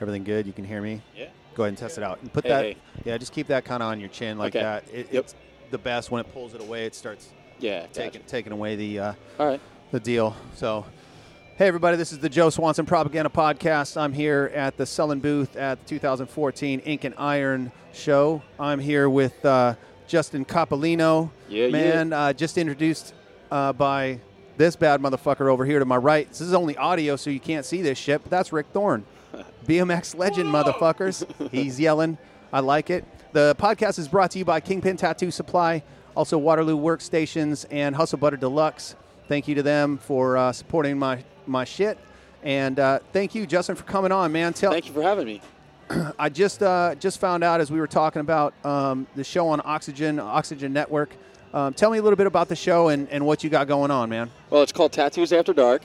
Everything good? You can hear me? Yeah. Go ahead and test it out. And put Hey, that, hey. yeah, just keep that kind of on your chin like Okay. that. It, Yep. It's the best when it pulls it away. It starts Yeah. taking gotcha. taking away the uh, All right. the deal. So, hey everybody, this is the Joe Swanson Propaganda Podcast. I'm here at the Sullen booth at the 2014 Ink and Iron Show. I'm here with uh, Justin Coppolino. Yeah, yeah. man, Uh, just introduced uh, by this bad motherfucker over here to my right. This is only audio, so you can't see this shit. But that's Rick Thorne, BMX legend, motherfuckers. He's yelling. I like it. The podcast is brought to you by Kingpin Tattoo Supply, also Waterloo Workstations and Hustle Butter Deluxe. Thank you to them for uh, supporting my my shit, and uh, thank you, Justin, for coming on, man. Tell Thank you for having me. I just uh, just found out as we were talking about um, the show on Oxygen, Oxygen Network. Um, tell me a little bit about the show and, and what you got going on, man. Well, it's called Tattoos After Dark,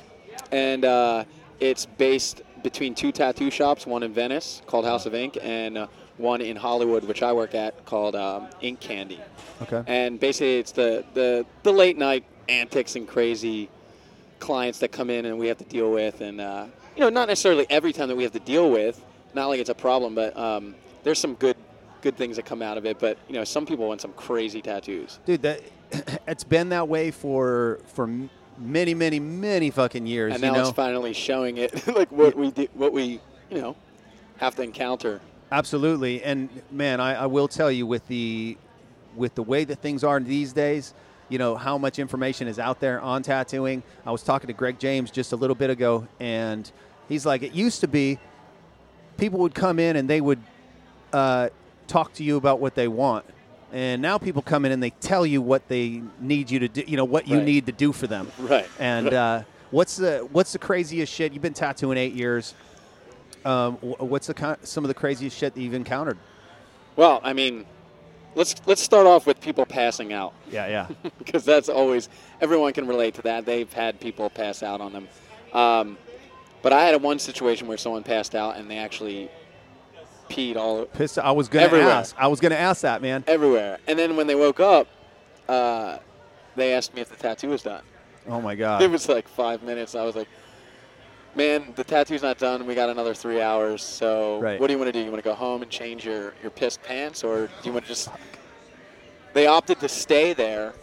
and uh, it's based between two tattoo shops, one in Venice called House of Ink, and uh, one in Hollywood, which I work at, called um, Ink Candy. Okay. And basically, it's the, the, the late night antics and crazy clients that come in and we have to deal with. And, uh, you know, not necessarily every time that we have to deal with, not like it's a problem, but um, there's some good good things that come out of it. But, you know, some people want some crazy tattoos. Dude, that it's been that way for for m- many, many, many fucking years. and you now know, it's finally showing it like what we did, what we you know have to encounter absolutely. And man, I, I will tell you with the with the way that things are these days, you know how much information is out there on tattooing. I was talking to Greg James just a little bit ago, and he's like, it used to be people would come in and they would uh, talk to you about what they want. And now people come in and they tell you what they need you to do, you know, what you Right. need to do for them. Right. And uh, what's the what's the craziest shit you've been tattooing eight years? Um, wh- what's the kind, some of the craziest shit that you've encountered? well i mean let's let's start off with people passing out Yeah, yeah. because that's always everyone can relate to that they've had people pass out on them um, but i had one situation where someone passed out and they actually peed all Pissed. I was gonna Everywhere. ask. I was gonna ask that man. everywhere and then when they woke up uh, they asked me if the tattoo was done Oh my it god. was like five minutes. I was like, man, the tattoo's not done. We got another three hours. So Right. what do you want to do? You want to go home and change your, your pissed pants, or do you want to just? They opted to stay there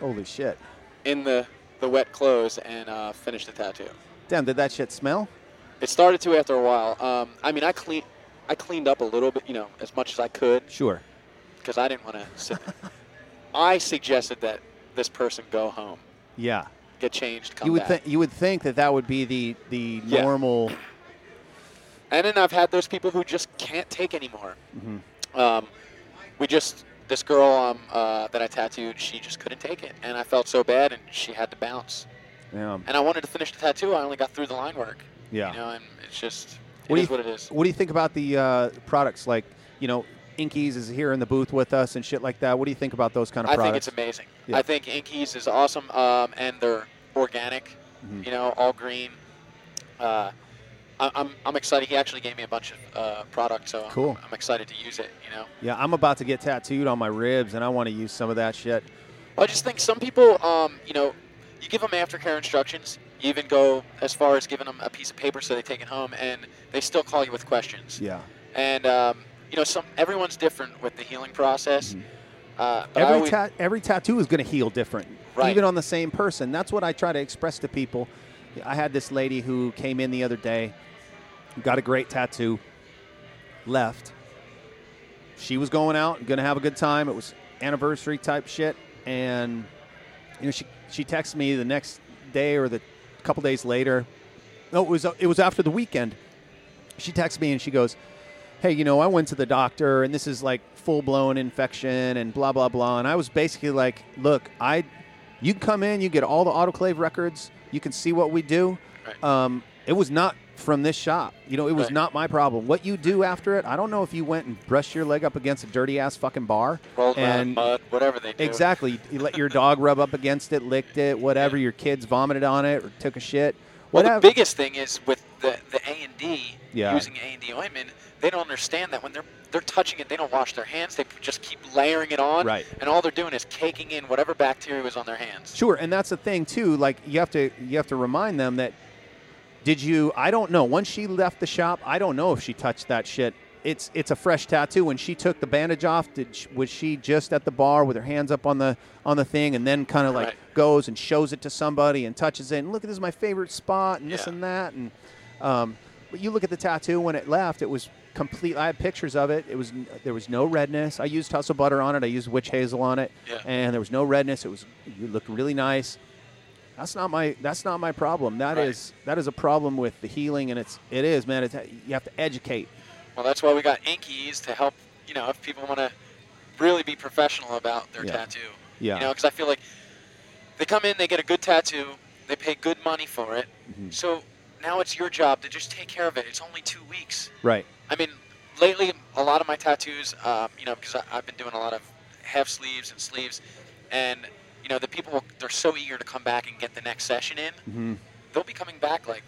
Holy shit. in the the wet clothes and uh, finish the tattoo. Damn. Did that shit smell? It started to after a while. Um, I mean, I clean. I cleaned up a little bit, you know, as much as I could Sure. because I didn't want to sit there. I suggested that this person go home, Yeah. get changed, come you would back. think you would think that that would be the the Yeah. normal. And then I've had those people who just can't take anymore. Mm-hmm. Um, we just this girl um, uh, that I tattooed, she just couldn't take it, and I felt so bad, and she had to bounce. Yeah. And I wanted to finish the tattoo. I only got through the line work. Yeah. You know, and it's just What do it is you- what it is. What do you think about the uh, products? Like, you know, Inkies is here in the booth with us and shit like that. What do you think about those kind of I think products? it's amazing. Yeah. I think Inkies is awesome, um, and they're organic. Mm-hmm. You know, all green. Uh, I, I'm I'm excited. He actually gave me a bunch of uh, products, so I'm- Cool. I'm excited to use it. You know. yeah, I'm about to get tattooed on my ribs, and I want to use some of that shit. I just think some people, um, you know, you give them aftercare instructions. You even go as far as giving them a piece of paper so they take it home, and they still call you with questions. Yeah. And um, you know, some everyone's different with the healing process. Uh, but I Mm-hmm. every always- ta- every tattoo is going to heal different, Right. even on the same person. That's what I try to express to people. I had this lady who came in the other day, got a great tattoo, left. She was going out, going to have a good time. It was anniversary type shit, and you know she she texted me the next day or the couple days later. No, it was uh, it was after the weekend. She texts me and she goes, hey, you know, I went to the doctor and this is like full blown infection and blah, blah, blah. And I was basically like, look, I, you can come in, you get all the autoclave records, you can see what we do. Right. Um, it was not from this shop. You know, it was Right. not my problem. What you do after it, I don't know if you went and brushed your leg up against a dirty ass fucking bar. rolled around in and mud, whatever they do. Exactly. You let your dog rub up against it, licked it, whatever. Your kids vomited on it or took a shit. Well, Whatever. the biggest thing is with the the A and D Yeah. using A and D ointment. They don't understand that when they're they're touching it, they don't wash their hands. They just keep layering it on, Right. and all they're doing is caking in whatever bacteria was on their hands. Sure, and that's the thing too. Like you have to you have to remind them that Did you? I don't know. Once she left the shop, I don't know if she touched that shit. It's it's a fresh tattoo. When she took the bandage off, did she, was she just at the bar with her hands up on the on the thing, and then kind of like Right. goes and shows it to somebody and touches it and look, this is my favorite spot and this Yeah. and that and. Um, but you look at the tattoo when it left; it was complete. I had pictures of it. It was there was no redness. I used hustle butter on it. I used witch hazel on it, Yeah. and there was no redness. It was you looked really nice. That's not my that's not my problem. That is Right. that is a problem with the healing, and it's it is man. It's you have to educate. Well, that's why we got Inkies to help. You know, if people want to really be professional about their Yeah. tattoo. Yeah, You know, because I feel like they come in, they get a good tattoo, they pay good money for it. Mhm. So now it's your job to just take care of it. It's only two weeks. right. I mean, lately, a lot of my tattoos, um, you know, because I- I've been doing a lot of half sleeves and sleeves, and you know, the people they're so eager to come back and get the next session in. Mhm. They'll be coming back like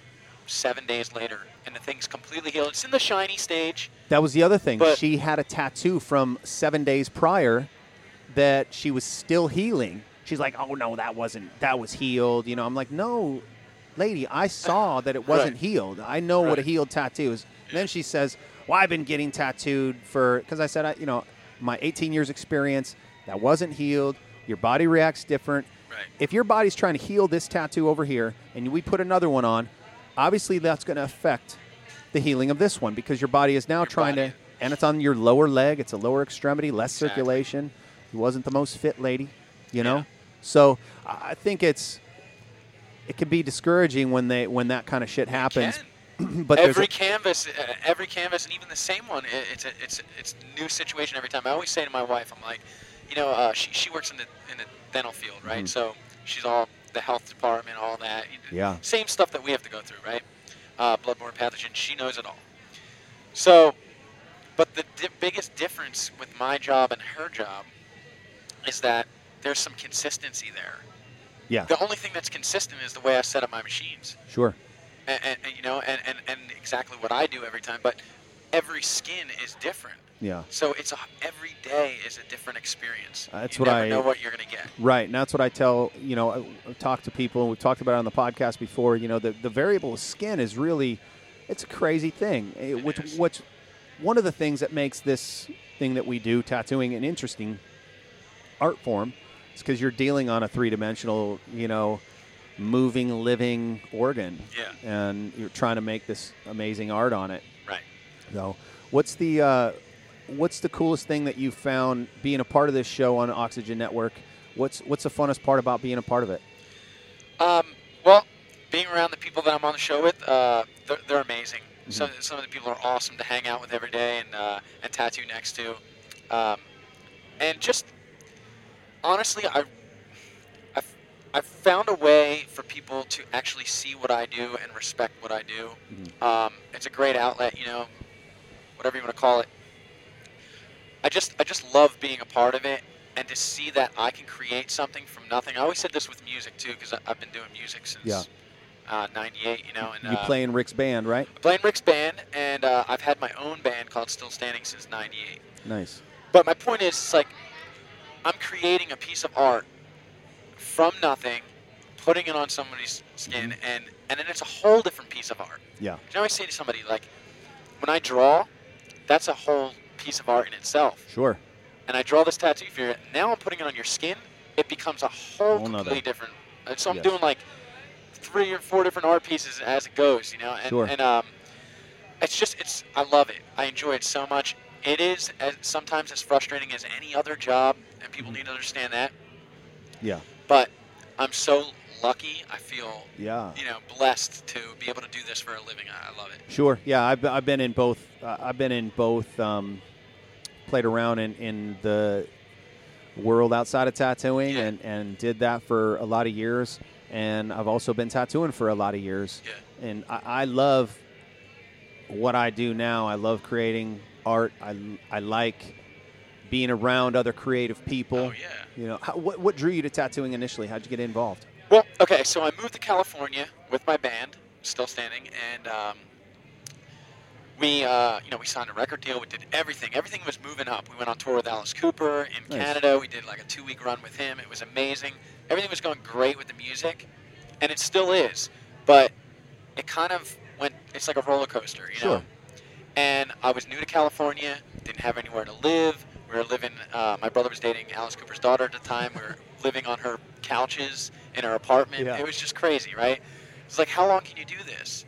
seven days later, and the thing's completely healed. It's in the shiny stage. That was the other thing. But- she had a tattoo from seven days prior that she was still healing. She's like, "Oh no, that wasn't. That was healed." You know, I'm like, "No, lady, I saw that it wasn't Right. healed. I know what a Right. healed tattoo is." And then she says, "Well, I've been getting tattooed for because I said, I, you know, my 18 years experience that wasn't healed. Your body reacts different. Right. If your body's trying to heal this tattoo over here, and we put another one on, obviously that's going to affect the healing of this one because your body is now trying body. to and it's on your lower leg. It's a lower extremity, less Exactly. circulation. You wasn't the most fit lady, you know. Yeah. So I I think it's it can be discouraging when they when that kind of shit happens. Ken, but there's every a- canvas, uh, every canvas, and even the same one, i it's a, it's it's a new situation every time. I always say to my wife, I'm like, you know, uh, she, she works in the in the dental field, right? Mhm. So she's all the health department, all that. Yeah. Same stuff that we have to go through, right? Uh, bloodborne pathogens. She knows it all. So, but the di- biggest difference with my job and her job is that there's some consistency there. yeah, The only thing that's consistent is the way I set up my machines sure, and, and and, you know, and, and, and exactly what I do every time. But every skin is different, yeah, so it's a, every day is a different experience. Uh, that's you what never I- know what you're gonna get. right. And that's what I tell you know. I, I talk to people, and we've talked about it on the podcast before. You know, the the variable of skin is really it's a crazy thing. Eh, It which is. which one of the things that makes this thing that we do tattooing an interesting art form is because you're dealing on a three dimensional, you know, moving, living organ, Yeah, and you're trying to make this amazing art on it. right. Though, what's the uh, what's the coolest thing that you found being a part of this show on Oxygen Network? What's what's the funnest part about being a part of it? Um, well, being around the people that I'm on the show with, uh, they're, they're amazing. Mm-hmm. Some, some of the people are awesome to hang out with every day and, uh, and tattoo next to. Um, and just honestly, I, I've, I've found a way for people to actually see what I do and respect what I do. Mm-hmm. Um, it's a great outlet, you know, whatever you want to call it. I just I just love being a part of it and to see that I can create something from nothing. I always said this with music too because I've been doing music since Yeah. uh, '98, you know, and you uh, play in Rick's band, right? playing Rick's band, and uh, I've had my own band called Still Standing since '98. Nice. But my point is, it's like, I'm creating a piece of art from nothing, putting it on somebody's skin, and and then it's a whole different piece of art. Yeah. You know, I always say to somebody like, when I draw, that's a whole piece of art in itself. Sure. And I draw this tattoo for you. Now I'm putting it on your skin. It becomes a whole Whole nother. completely different. And so I'm Yes. doing like three or four different art pieces as it goes, you know. And, Sure. and um, it's just it's I love it. I enjoy it so much. It is as, sometimes as frustrating as any other job, and people Mhm. need to understand that. Yeah. But I'm so lucky. I feel Yeah. you know blessed to be able to do this for a living. I, I love it. Sure. Yeah, I've, I've been in both. Uh, I've been in both. Um, played around in, in the world outside of tattooing, Yeah. and, and did that for a lot of years. And I've also been tattooing for a lot of years. Yeah. And I, I love what I do now. I love creating art. I I like being around other creative people. Oh yeah. You know, how, what what drew you to tattooing initially? How'd you get involved? Well, okay, so I moved to California with my band, still standing, and um, we, uh, you know, we signed a record deal. We did everything. Everything was moving up. We went on tour with Alice Cooper in Nice. Canada. We did like a two-week run with him. It was amazing. Everything was going great with the music, and it still is. But it kind of went. It's like a roller coaster, you Sure. know. And I was new to California, didn't have anywhere to live. We were living. Uh, my brother was dating Alice Cooper's daughter at the time. We were living on her couches in her apartment. Yeah. It was just crazy, right? It's like, how long can you do this?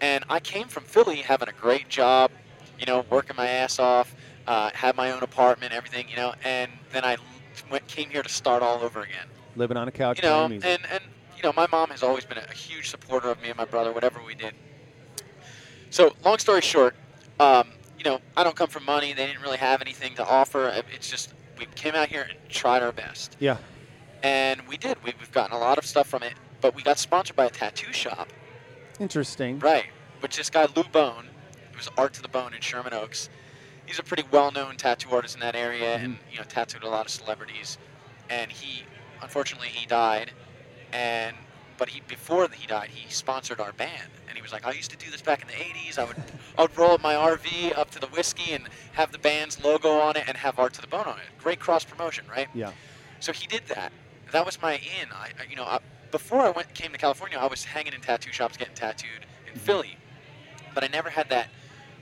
And I came from Philly having a great job, you know, working my ass off, uh, had my own apartment, everything, you know, and then I went, came here to start all over again Living on a couch, you know, playing and, music. and you know, my mom has always been a huge supporter of me and my brother, whatever we did. So, long story short, um, you know, I don't come from money. They didn't really have anything to offer. It- It's just we came out here and tried our best, yeah. and we did. We, we've gotten a lot of stuff from it, but we got sponsored by a tattoo shop, Interesting. right? Which this guy Lou Bone, it was Art to the Bone in Sherman Oaks. He's a pretty well-known tattoo artist in that area, and you know, tattooed a lot of celebrities. And he, unfortunately, he died. And but he before he died, he sponsored our band, and he was like, I used to do this back in the '80s. I would, I would roll up my RV up to the whiskey and have the band's logo on it and have Art to the Bone on it. Great cross promotion, right? Yeah. So he did that. That was my in. I, I- you know, I, before I went came to California, I was hanging in tattoo shops getting tattooed in Philly, but I never had that.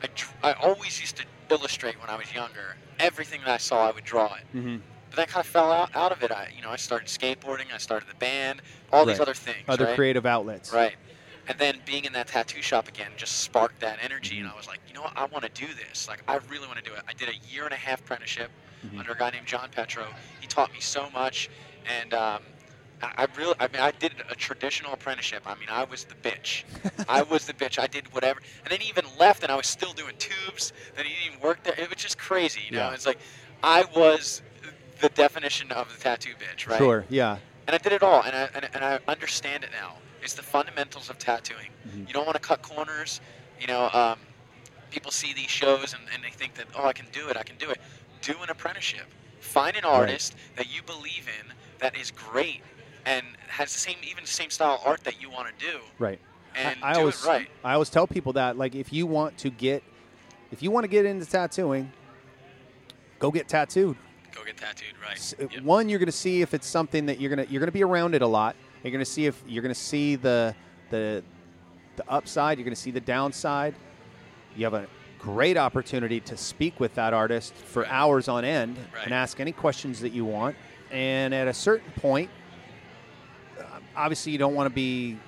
I, tr- I always used to illustrate when I was younger. Everything that I saw, I would draw it. Mm-hmm. But that kind of fell out, out of it. I, you know, I started skateboarding. I started the band. All these Right. other things. Other right? creative outlets. Right. And then being in that tattoo shop again just sparked that energy, and I was like, you know what, I want to do this. Like, I really want to do it. I did a year and a half apprenticeship Mhm. under a guy named John Petro. He taught me so much, and um, I, I really, I mean, I did a traditional apprenticeship. I mean, I was the bitch. I was the bitch. I did whatever, and then he even left, and I was still doing tubes. Then he didn't even work there. It was just crazy, you know. Yeah. It's like I was the definition of the tattoo bitch, right? Sure. Yeah. and I did it all, and I and, and I understand it now. It's the fundamentals of tattooing. Mhm. You don't want to cut corners. You know, um, people see these shows and, and they think that oh, I can do it, I can do it. Do an apprenticeship. Find an artist that you believe in that is great and has the same even same style art that you want to do, Right. and I, I do always, it right. I always tell people that, like, if you want to get, if you want to get into tattooing, go get tattooed. Go get tattooed right. S- uh, Yep. One, you're going to see if it's something that you're going to you're going to be around it a lot. You're going to see if you're going to see the the the upside. You're going to see the downside. You have a great opportunity to speak with that artist for Right. hours on end Right. and ask any questions that you want. And at a certain point, uh, obviously, you don't want to be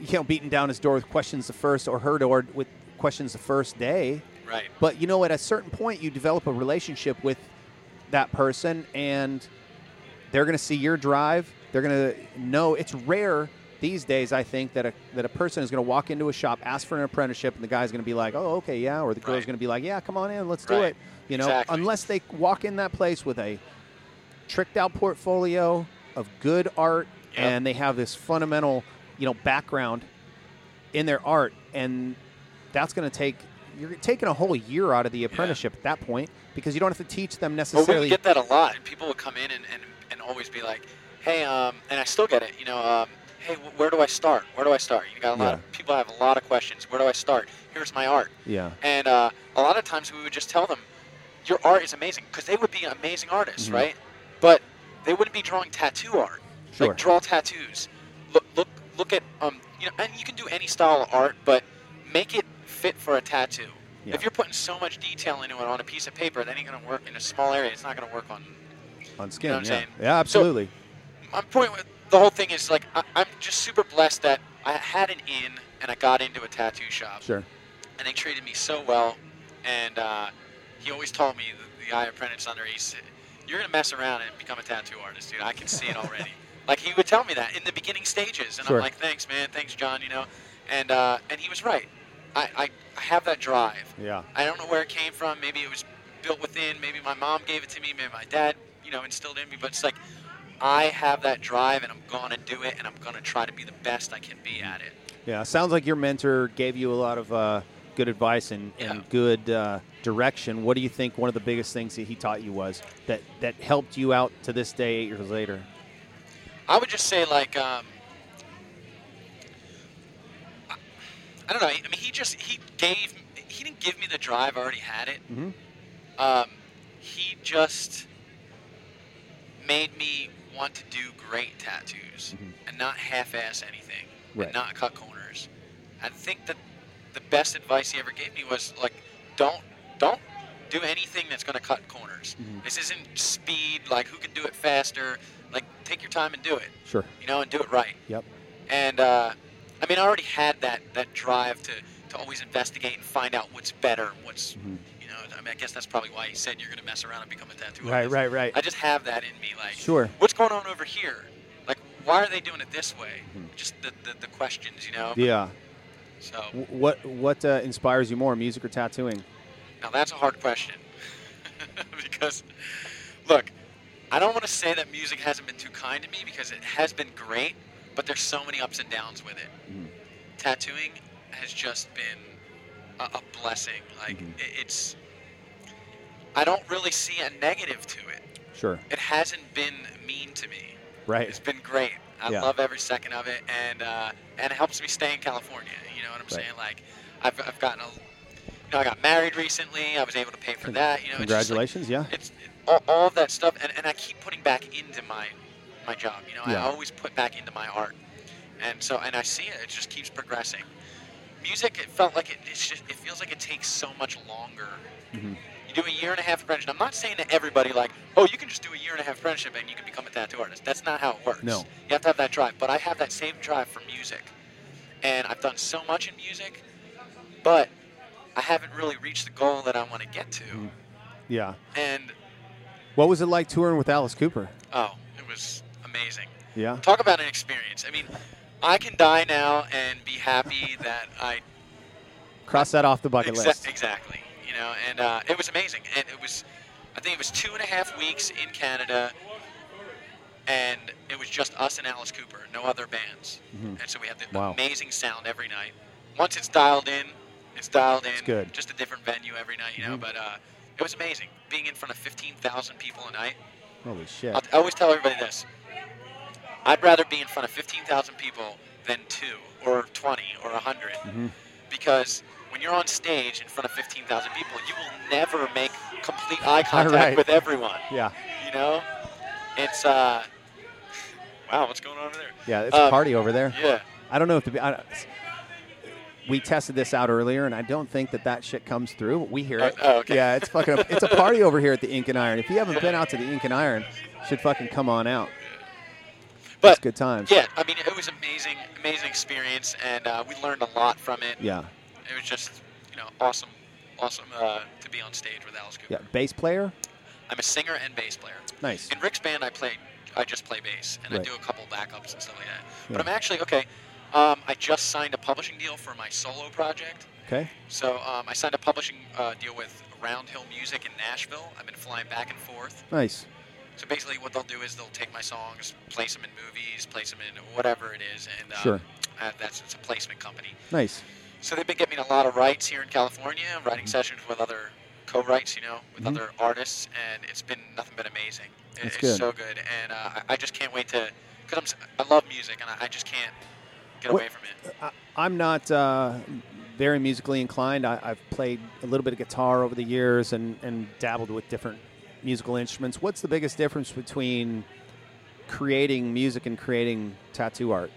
you know beaten down his door with questions the first or her door with questions the first day. Right. But you know, at a certain point, you develop a relationship with that person, and they're going to see your drive. They're going to know it's rare these days. I think that a that a person is going to walk into a shop, ask for an apprenticeship, and the guy's going to be like, "Oh, okay, yeah," or the girl's Right. going to be like, "Yeah, come on in, let's do Right. it." You know, Exactly. unless they walk in that place with a tricked out portfolio of good art, Yep. and they have this fundamental, you know, background in their art, and that's going to take you're taking a whole year out of the apprenticeship at that point because you don't have to teach them Well, we would necessarily. get that a lot. and People would come in and, and, and always be like, hey, um, and I still get it, you know, um, hey, wh- where do I start? Where do I start? You got a lot of people have a lot of questions. Where do I start? Here's my art. yeah, And uh, a lot of times we would just tell them, your art is amazing, because they would be amazing artists, Mhm. right? But they wouldn't be drawing tattoo art. sure. Like draw tattoos. Look, look, look at um, you know, and you can do any style of art, but make it fit for a tattoo. Yeah. If you're putting so much detail into it on a piece of paper, that ain't gonna work in a small area. It's not gonna work on. On skin, what I'm yeah, saying? yeah, absolutely. My point with the whole thing is like I, I'm just super blessed that I had an in and I got into a tattoo shop sure. and they treated me so well. And uh, he always told me, the, the guy I apprenticed under, he said, "You're gonna mess around and become a tattoo artist, dude. I can see it already." like he would tell me that in the beginning stages, and Sure. I'm like, "Thanks, man. Thanks, John. You know." And uh, and he was right. I, I, I have that drive. Yeah, I don't know where it came from. Maybe it was built within. Maybe my mom gave it to me. Maybe my dad, you know, instilled it in me. But it's like I have that drive, and I'm gonna do it, and I'm gonna try to be the best I can be at it. yeah. Sounds like your mentor gave you a lot of uh, good advice and, Yeah. and good uh, direction. What do you think one of the biggest things that he taught you was that that helped you out to this day, eight years later? I would just say like um, I- I don't know. I mean, he just he gave he didn't give me the drive. I already had it. Mhm. Um, he just made me want to do great tattoos Mhm. and not half-ass anything Right. and not cut corners. I think that the best advice he ever gave me was like, don't don't do anything that's going to cut corners. This isn't speed. Like who can do it faster? Like take your time and do it. Sure. You know, and do it right. Yep. And uh, I mean, I already had that that drive to to always investigate and find out what's better, what's Mm-hmm. you know. I mean, I guess that's probably why he said you're going to mess around and become a tattoo Right, artist. right, right. I just have that in me, like Sure. what's going on over here? Like, why are they doing it this way? Just the, the, the questions, you know. Mm-hmm. Yeah. So Wh- What what uh, inspires you more, music or tattooing? now that's a hard question because look, I don't want to say that music hasn't been too kind to me because it has been great, but there's so many ups and downs with it. Tattooing has just been a, a blessing. Like it, it's, I don't really see a negative to it. Sure. It hasn't been mean to me. It's Right. been great. I Yeah. love every second of it, and uh, and it helps me stay in California. You know what I'm Right. saying? Like, I've, I've gotten a, you know, I got married recently. I was able to pay for that. You know, it's just like- Congratulations. Yeah. it's it, all, all of that stuff, and, and I keep putting back into my my job. You know, Yeah. I always put back into my art, and so and I see it. It just keeps progressing. Music, it felt like it. It's just, it feels like it takes so much longer. Mm-hmm. You do a year and a half apprenticeship. I'm not saying to everybody like, oh, you can just do a year and a half apprenticeship and you can become a tattoo artist. That's not how it works. No. you have to have that drive. But I have that same drive for music, and I've done so much in music, but I haven't really reached the goal that I want to get to. Mm-hmm. Yeah. And What was it like touring with Alice Cooper? Oh, it was amazing. Yeah. Talk about an experience. I mean, I can die now and be happy that I Cross that off the bucket Exa- list. Exactly. You know, and uh, it was amazing. And it was, I think it was two and a half weeks in Canada, and it was just us and Alice Cooper, no other bands. And so we had the Mm-hmm. Wow. amazing sound every night. Once it's dialed in, it's dialed in. good. Mm-hmm. Just a different venue every night, you know. But uh, it was amazing being in front of 15,000 people a night. Holy shit. I'll, I always tell everybody this. I'd rather be in front of 15,000 people than two or 20 or 100 Mm-hmm. because when you're on stage in front of 15,000 people, you will never make complete eye contact right. with everyone. Yeah. You know? It's, uh, wow, what's going on over there? Yeah. It's a Um, party over there. Yeah. I don't know if the, I, we tested this out earlier, and I don't think that that shit comes through. But we hear Oh, it. oh, okay. Yeah, it's fucking. it's a party over here at the Ink and Iron. If you haven't been out to the Ink and Iron, you should fucking come on out. But, It's good times. yeah, I mean, it was amazing, amazing experience, and uh, we learned a lot from it. Yeah. It was just, you know, awesome, awesome uh, to be on stage with Alice Cooper. Yeah. Bass player. I'm a singer and bass player. Nice. In Rick's band, I played. I just play bass, and Right. I do a couple backups and stuff like that. Yeah. But I'm actually okay. Um, I just signed a publishing deal for my solo project. Okay. So um, I signed a publishing uh, deal with Round Hill Music in Nashville. I've been flying back and forth. Nice. So basically, what they'll do is they'll take my songs, place them in movies, place them in whatever it is, and um, Sure. uh, that's it's a placement company. Nice. So they've been getting a lot of rights here in California, Mm-hmm. writing sessions with other co-writes, you know, with other artists, and it's been nothing but amazing. It- That's it's good. so good, and uh, I- I just can't wait to, because I'm, s- I love music, and I, I just can't get What- away from it. I, I'm not uh, very musically inclined. I, I've played a little bit of guitar over the years and, and dabbled with different musical instruments. What's the biggest difference between creating music and creating tattoo art?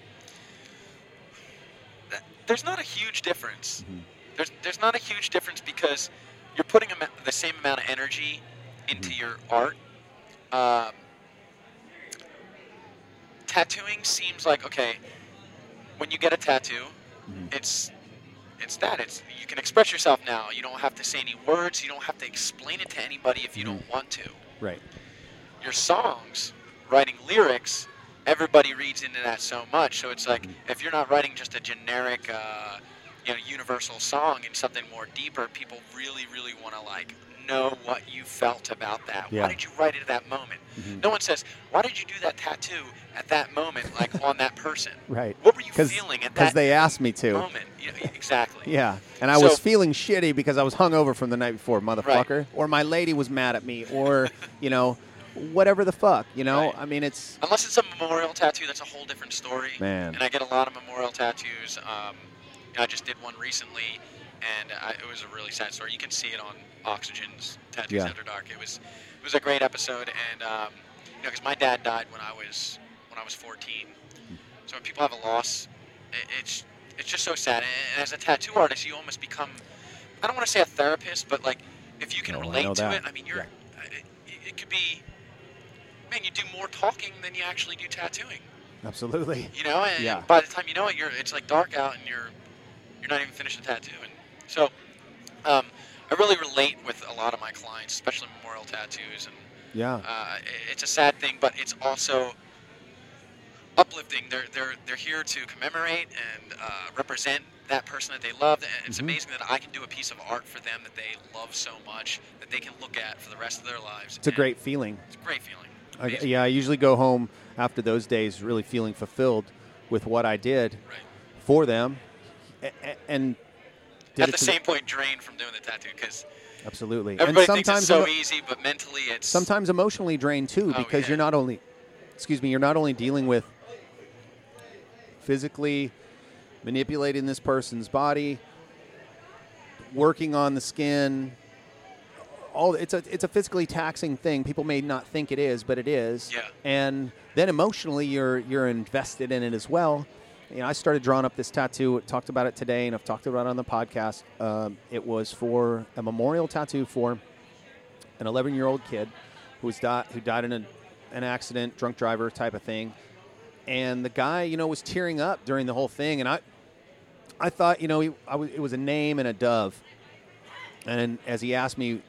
Th- There's not a huge difference. There's there's not a huge difference because you're putting ama- the same amount of energy into your art. Um, tattooing seems like okay. When you get a tattoo, it's it's that it's you can express yourself now. You don't have to say any words. You don't have to explain it to anybody if you don't want to. Right. Your songs, writing lyrics, everybody reads into that so much. So it's like Mm-hmm. if you're not writing just a generic, uh, you know, universal song and something more deeper, people really, really want to like know what you felt about that. Yeah. Mm-hmm. Why did you write it at that moment? No one says, "Why did you do that tattoo at that moment, like on that person?" Right. What were you feeling at Because that they asked me to. moment? You know, exactly. Yeah. And I So- was feeling shitty because I was hungover from the night before, motherfucker. Or my lady was mad at me, or, you know, whatever the fuck, you know? Right. I mean, it's. Unless it's a memorial tattoo, that's a whole different story. Man. And I get a lot of memorial tattoos. Um, I just did one recently, and I, it was a really sad story. You can see it on Oxygen's Tattoos Yeah. After Dark. It was it was a great episode, and um, you know, because my dad died when I was when I was 14. So when people have a loss, it, it's it's just so sad. And as a tattoo artist, you almost become I don't want to say a therapist, but like if you can No, I know relate to that. it, I mean, you're it, it could be man, you do more talking than you actually do tattooing. Absolutely. You know, and Yeah. by the time you know it, you're it's like dark out, and you're you're not even finished the tattoo. And so, um, I really relate with a lot of my clients, especially memorial tattoos, and Yeah. uh, it- it's a sad thing, but it's also uplifting. They're they're they're here to commemorate and uh, represent that person that they loved, and it's Mhm. amazing that I can do a piece of art for them that they love so much that they can look at for the rest of their lives. It's a and great feeling. it's a great feeling. I, Amazing. yeah, I usually go home after those days really feeling fulfilled with what I did Right. for them, a- a- and did At it the to- same point, drained from doing the tattoo because absolutely. everybody and thinks sometimes it's so emo- easy, but mentally it's sometimes emotionally drained too Oh, because yeah. you're not only excuse me, you're not only dealing with physically manipulating this person's body, working on the skin, all it's a it's a physically taxing thing. People may not think it is, but it is. Yeah. And then emotionally, you're you're invested in it as well. You know, I started drawing up this tattoo. Talked about it today, and I've talked about it on the podcast. Um, it was for a memorial tattoo for an 11 year old kid who was di- who died in a, an accident, drunk driver type of thing. And the guy, you know, was tearing up during the whole thing, and I, I thought, you know, he, I was, it was a name and a dove. And as he asked me, you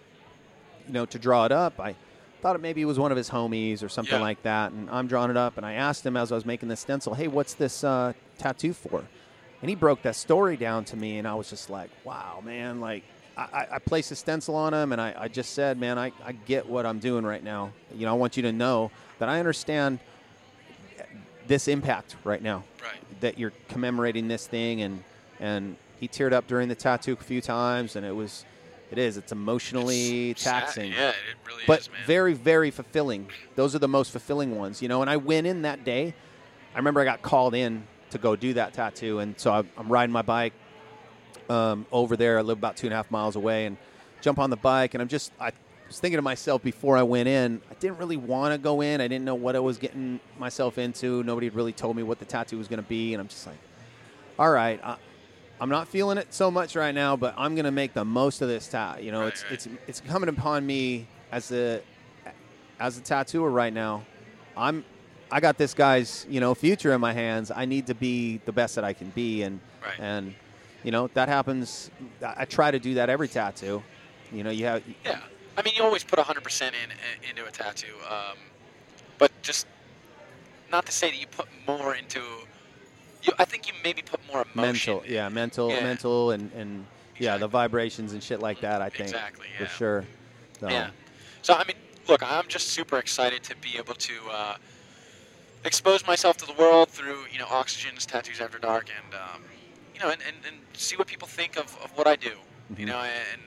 know, to draw it up, I thought it maybe was one of his homies or something Yeah. like that. And I'm drawing it up, and I asked him as I was making this stencil, "Hey, what's this uh, tattoo for?" And he broke that story down to me, and I was just like, "Wow, man!" Like I, I- I placed a stencil on him, and I, I just said, "Man, I, I get what I'm doing right now. You know, I want you to know that I understand this impact right now." right. that you're commemorating this thing and and he teared up during the tattoo a few times and it was it is it's emotionally It's sad. taxing Yeah, it really but is, man. very very fulfilling those are the most fulfilling ones you know and i went in that day i remember i got called in to go do that tattoo and so I, i'm riding my bike um, over there i live about two and a half miles away and jump on the bike and i'm just i was thinking to myself before i went in i didn't really want to go in i didn't know what i was getting myself into nobody had really told me what the tattoo was going to be and i'm just like all right I, i'm not feeling it so much right now but i'm going to make the most of this tattoo you know Right, it's right. it's it's coming upon me as a as a tattooer right now i'm i got this guy's you know future in my hands i need to be the best that i can be and Right. and you know that happens i I try to do that every tattoo you know you have Yeah, I mean, you always put 100% in, in into a tattoo, um, but just not to say that you put more into. You, I think you maybe put more emotion. mental yeah mental Yeah. mental and and yeah the Exactly. vibrations and shit like that i think Exactly, for yeah. sure so, Yeah. So I mean, look, I'm just super excited to be able to uh, expose myself to the world through you know Oxygen's Tattoos After Dark, and um, you know, and, and, and see what people think of, of what I do. You Mhm. know, and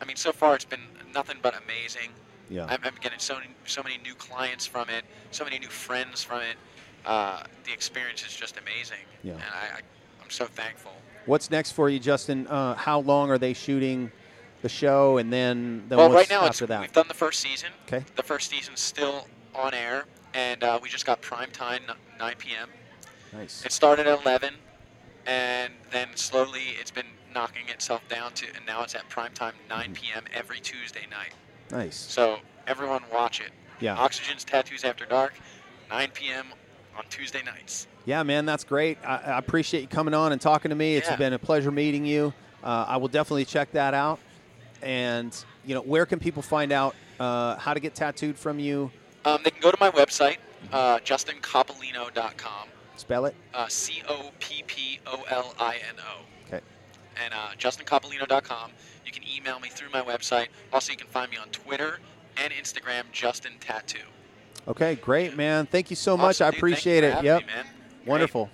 I mean, so far it's been nothing but amazing. yeah I'm, I'm getting so many, so many new clients from it, so many new friends from it. Uh, the experience is just amazing, Yeah. and I, I, I'm so thankful. What's next for you, Justin? Uh, how long are they shooting the show, and then, then well, what's right now it's, after that? we've done the first season. Okay. The first season's still on air, and uh, we just got prime time, n- 9 p.m. nice. It started at 11, and then slowly it's been knocking itself down to, and now it's at prime time, 9 p.m. every Tuesday night. Nice. So everyone watch it. Yeah. Oxygen's Tattoos After Dark, 9 p.m. on Tuesday nights. Yeah, man, that's great. I, I appreciate you coming on and talking to me. It's Yeah. been a pleasure meeting you. Uh, I will definitely check that out. And you know, where can people find out uh, how to get tattooed from you? Um, they can go to my website, uh, justincopolino.com, Spell it. uh, C O P P O L I N O, Okay. and uh, justincopolino.com. You can email me through my website. Also, you can find me on Twitter and Instagram, Justin Tattoo. Okay. Great, man. Thank you so much. Awesome, I dude. Thank you appreciate for it. having Yep. me, man. Great. Wonderful.